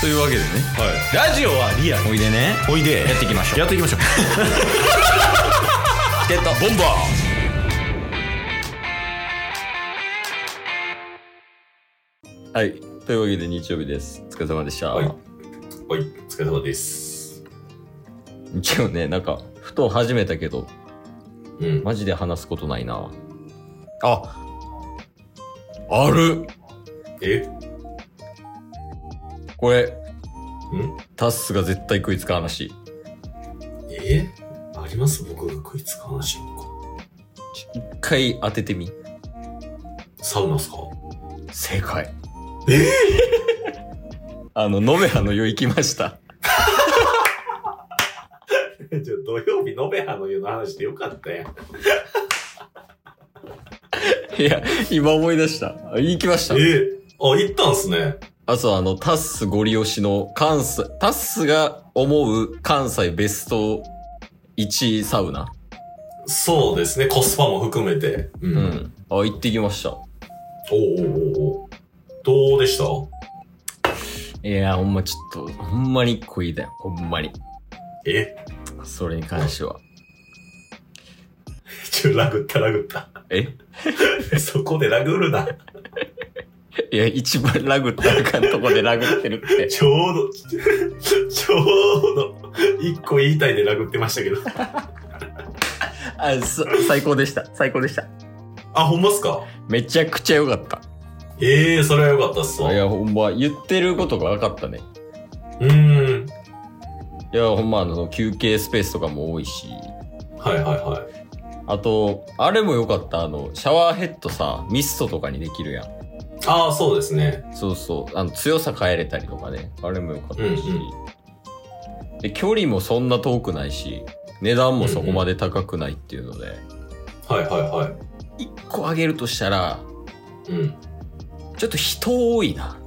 というわけでねラジオはリアルおいでねおいでやっていきましょうやっていきましょうチケットボンバーはいというわけで日曜日ですお疲れ様でした、はいはい、お疲れ様です。一応ねなんかふと始めたけどうん。マジで話すことないなああるえこれんタッスが絶対食いつかん話えあります僕が食いつく話なんか。一回当ててみサウナっすか正解え あの野辺派の湯行きました じゃ土曜日、延べ葉の湯の話でよかったやん。いや今思い出したあ行きましたえあ、行ったんすね。あとあの、タッスゴリ押しの関西、タッスが思う関西ベスト1サウナ。そうですね、コスパも含めて。うう。ん。あ、行ってきました。おうおうおうおうどうでしたいやー、ほんまちょっと、ほんまに食いだよ。ほんまに。えそれに関しては。ちょ、ラグったラグった。 えそこでラグるな。いや、一番ラグったらあかんとこでラグってるって。ちょうど、 ちょうど、一個言いたいでラグってましたけど。あ、す最高でした。最高でした。あ、ほんまっすかめちゃくちゃ良かった。ええそれはよかったっすわ。いうや、ほんま、言ってることが分かったね。ーん。いや、ほんま、あの、休憩スペースとかも多いし。はいはいはい。あと、あれも良かった。あの、シャワーヘッドさ、ミストとかにできるやん。ああ、そうですね。そうそう。あの、強さ変えれたりとかね。あれも良かったし、うんで、距離もそんな遠くないし、値段もそこまで高くないっていうので、はいはいはい。一個上げるとしたら、うん。ちょっと人多いな。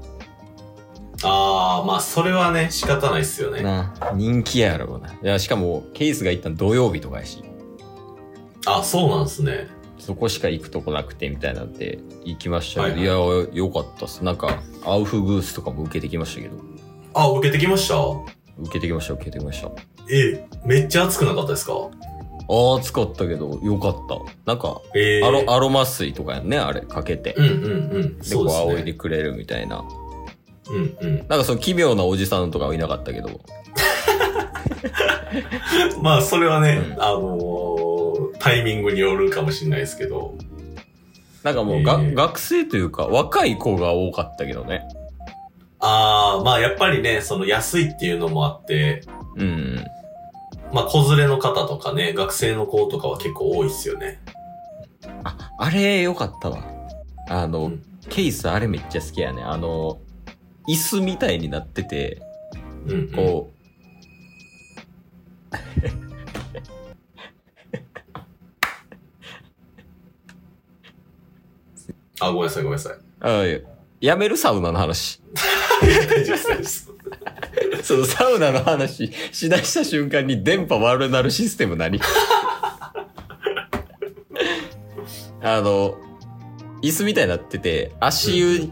ああ、まあ、それはね、仕方ないっすよね。な、人気やろうな。いや、しかも、ケースが一旦土曜日とかやし、あそうなんですね。そこしか行くとこなくてみたいなんで、行きましたけど、はいいや、良かったっす。なんか、アウフグースとかも受けてきましたけど、あ受けてきました受けてきました、受けてきました。え、めっちゃ熱くなかったですかああ、使ったけど、良かった。なんか、ええー。アロ、アロマ水とかやんね、あれ、かけて。うんうんうん。で、そこうう、です仰いね。でくれるみたいな。うんうん。な んかその奇妙なおじさんとかはいなかったけど。まあ、それはね、うんあのー、タイミングによるかもしれないですけど。なんかもうが、ええ学生というか、若い子が多かったけどね。ああ、まあ、やっぱりね、その安いっていうのもあって、うん。まあ、子連れの方とかね、学生の子とかは結構多いっすよね。あ、あれよかったわ。あの、うんケースあれめっちゃ好きやね。あの、椅子みたいになってて、うん、うん。こう。あ、ごめんなさいごめんなさい。 あいややめるサウナの話。大丈夫です大丈夫です。そのサウナの話しだした瞬間に電波悪なるシステム何 あの、椅子みたいになってて、足湯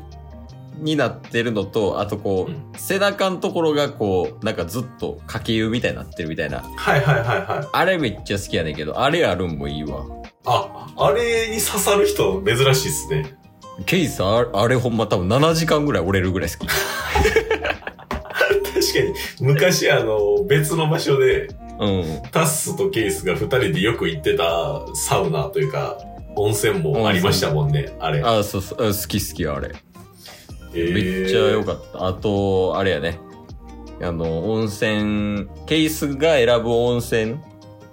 になってるのと、あとこうんう、背中のところがこう、なんかずっと掛け湯みたいになってるみたいな。はいはいはいはい。あれめっちゃ好きやねんけど、あれあるんもいいわ。あ、あれに刺さる人珍しいっすね。ケイさん、あれあれほんま多分7時間ぐらい折れるぐらい好き。確かに、昔あの、別の場所で、うん。タッスとケースが二人でよく行ってたサウナというか、温泉もありましたもんね、あれ。あ、そうそう、あ好き好きあれ。えーめっちゃ良かった。あと、あれやね。あの、温泉、ケースが選ぶ温泉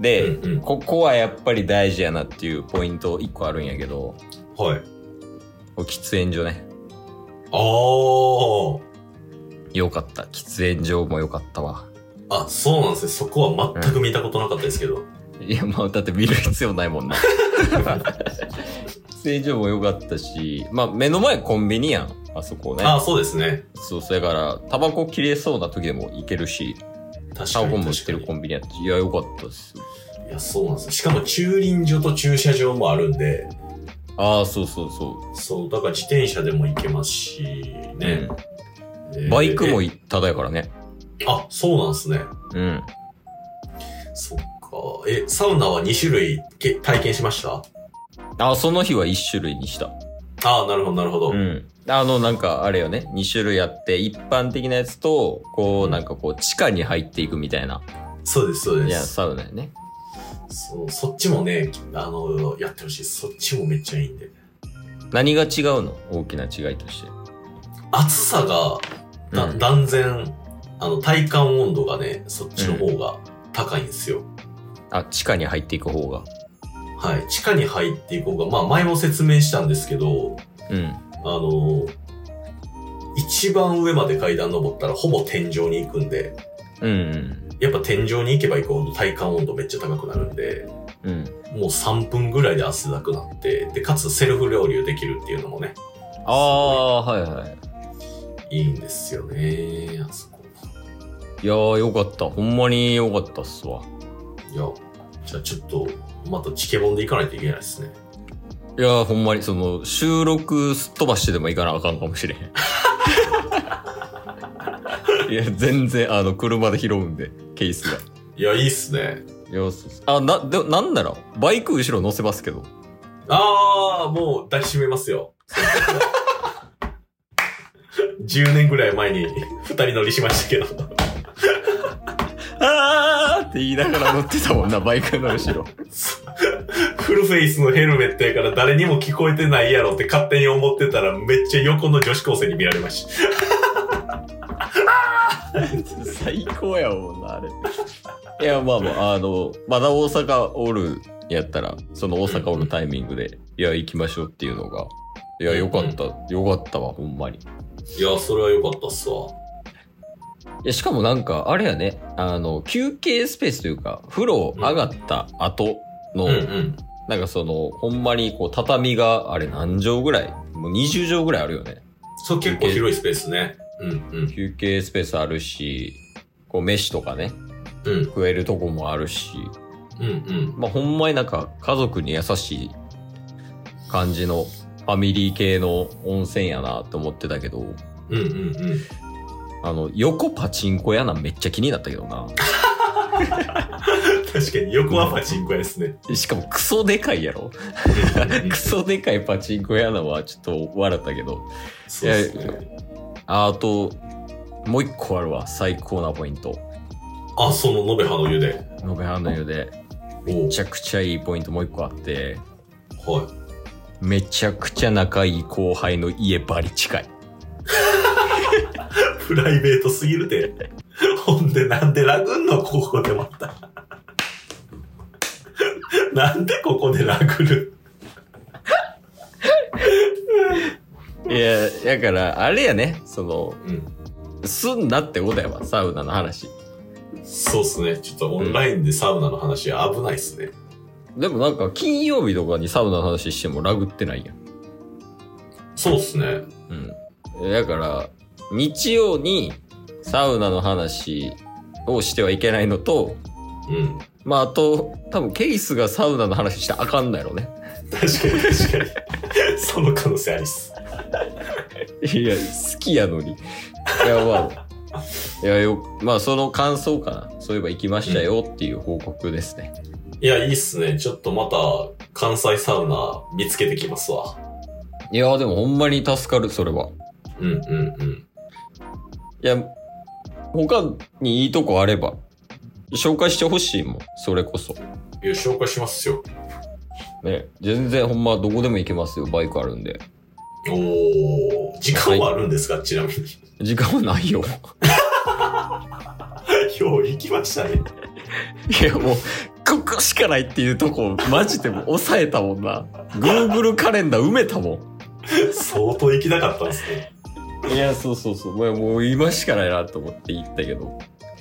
で、うんうん。ここはやっぱり大事やなっていうポイント1個あるんやけど、はい。喫煙所ね。あー。良かった。喫煙所も良かったわ。あ、そうなんですね。そこは全く見たことなかったですけど。いや、まあ、だって見る必要ないもん な。喫煙所も良かったし、まあ、目の前コンビニやん。あそこね。あー、そうですね。そう、それから、タバコ切れそうな時でも行けるし、確タかバに。コも売ってる確かコンビニやったし、いや、良かったです。にいや、そうなんですよ。しかも駐輪場と駐車場もあるんで、ああ、そうそうそう。そう、だから自転車でも行けますし、ね。うんバイクもいタダやからね。あ、そうなんですね。うん。そっか。え、サウナは2種類け体験しましたあ、その日は1種類にした。ああ、なるほど、なるほど。うん。あの、なんか、あれよね。2種類あって、一般的なやつと、こう、なんかこう、地下に入っていくみたいな。そうです、そういでや、す。サウナやね。そうそっちもね、あの、やってほしいです。そっちもめっちゃいいんで。何が違うの大きな違いとして。暑さが、だうん断然、あの、体感温度がね、そっちの方が高いんですよ。あ、地下に入っていく方が。はい。地下に入っていこうが、まあ、前も説明したんですけど、うん。あの、一番上まで階段登ったらほぼ天井に行くんで、うんやっぱ天井に行けば行くほど体感温度めっちゃ高くなるんで、うん。うん。もう3分ぐらいで汗だくなって、で、かつセルフ料理をできるっていうのもね、ああ、はいはい。いいんですよね、あそこ。いやー、よかった。ほんまによかったっすわ。いや、じゃあちょっと、またチケボンで行かないといけないですね。いやー、ほんまに、その、収録すっ飛ばしてでも行かなあかんかもしれへ ん。いや、全然、あの、車で拾うんで、ケースが。いや、いいっすね。いや、そうっすあ、な、で、なんなら、バイク後ろ乗せますけど。あー、もう抱きしめますよ。10年ぐらい前に2人乗りしましたけど。あーって言いながら乗ってたもんな、バイクの後ろ。フルフェイスのヘルメットやから誰にも聞こえてないやろって勝手に思ってたらめっちゃ横の女子高生に見られました。 最高やもんな、あれ。いや、まあまあ、あの、まだ大阪おるやったら、その大阪おるタイミングで、いや、行きましょうっていうのが、いや、よかった、よかったわ、ほんまに。いや、それは良かったっすいわ。や、しかもなんか、あれやね、あの、休憩スペースというか、風呂上がった後の、うんうん。なんかその、ほんまにこう、畳が、あれ何畳ぐらいもう20畳ぐらいあるよね。そう、結構広いスペースね。うんうん。休憩スペースあるし、こう、飯とかね、うん食えるとこもあるし、うんうん。まあ、ほんまになんか、家族に優しい感じの、ファミリー系の温泉やなと思ってたけど、うんうんうん。あの、横パチンコやなめっちゃ気になったけどな。確かに横はパチンコ屋ですね。しかもクソでかいやろクソでかいパチンコ屋のはちょっと笑ったけど。そうですね。ああと、もう一個あるわ。最高なポイント。あ、その延べ葉の湯で。延べの湯で、おめちゃくちゃいいポイントもう一個あって、うはい。めちゃくちゃ仲いい後輩の家バリ近い。プライベートすぎるで。ほんで、なんでラグんのここでまた。なんでここでラグるいや、だから、あれやね、その、うん。すんなってことやわ、サウナの話。そうっすね。ちょっとオンラインでサウナの話危ないっすね。でもなんか、金曜日とかにサウナの話してもラグってないやん。そうっすね。うん。だから、日曜にサウナの話をしてはいけないのと、うん。まあ、あと、多分ケイスがサウナの話したらあかんないやろね。確かに確かに。 その可能性ありっす。いや、好きやのに。いや、まあ、いやよ、まあ、その感想かな。そういえば行きましたよっていう報告ですね。いや、いいっすね。ちょっとまた、関西サウナ見つけてきますわ。いや、でもほんまに助かる、それは。うんうんうん。いや、他にいいとこあれば、紹介してほしいもん、それこそ。いや、紹介しますよ。ね、全然ほんまどこでも行けますよ、バイクあるんで。おー。時間はあるんですか、ちなみに。 時間はないよ。よう行きましたね。いや、もう、ここしかないっていうとこ、マジでもう抑えたもんな。Google カレンダー埋めたもん。相当行きたかったんですね。いや、そうそうそう。まあもう今しかないなと思って行ったけど。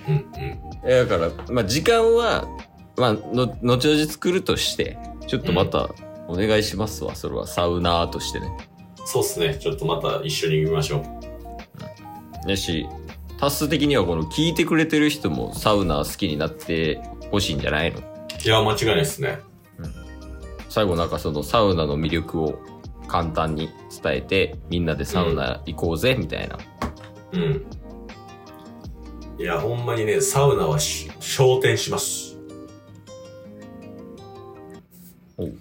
うんうん。いやだから、まあ時間は、まあ、の、後々作るとして、ちょっとまたお願いしますわ。それはサウナーとしてね。そうっすね。ちょっとまた一緒に行きましょう。やし、多数的にはこの聞いてくれてる人もサウナー好きになってほしいんじゃないのいや、間違いないっすね。最後なんかそのサウナの魅力を簡単に伝えて、みんなでサウナ行こうぜ、みたいなうん。いや、ほんまにね、サウナはし昇天します。おう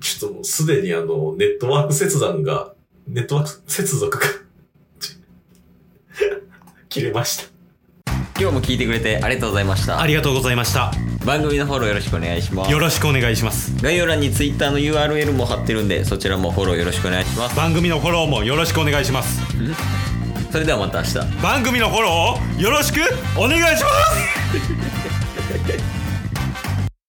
ちょっともうすでにあの、ネットワーク切断が、ネットワーク接続が、切れました。今日も聞いてくれてありがとうございましたありがとうございました。番組のフォローよろしくお願いしますよろしくお願いします。概要欄に Twitter の URL も貼ってるんでそちらもフォローよろしくお願いします番組のフォローもよろしくお願いします。それではまた明日番組のフォローをよろしくお願いします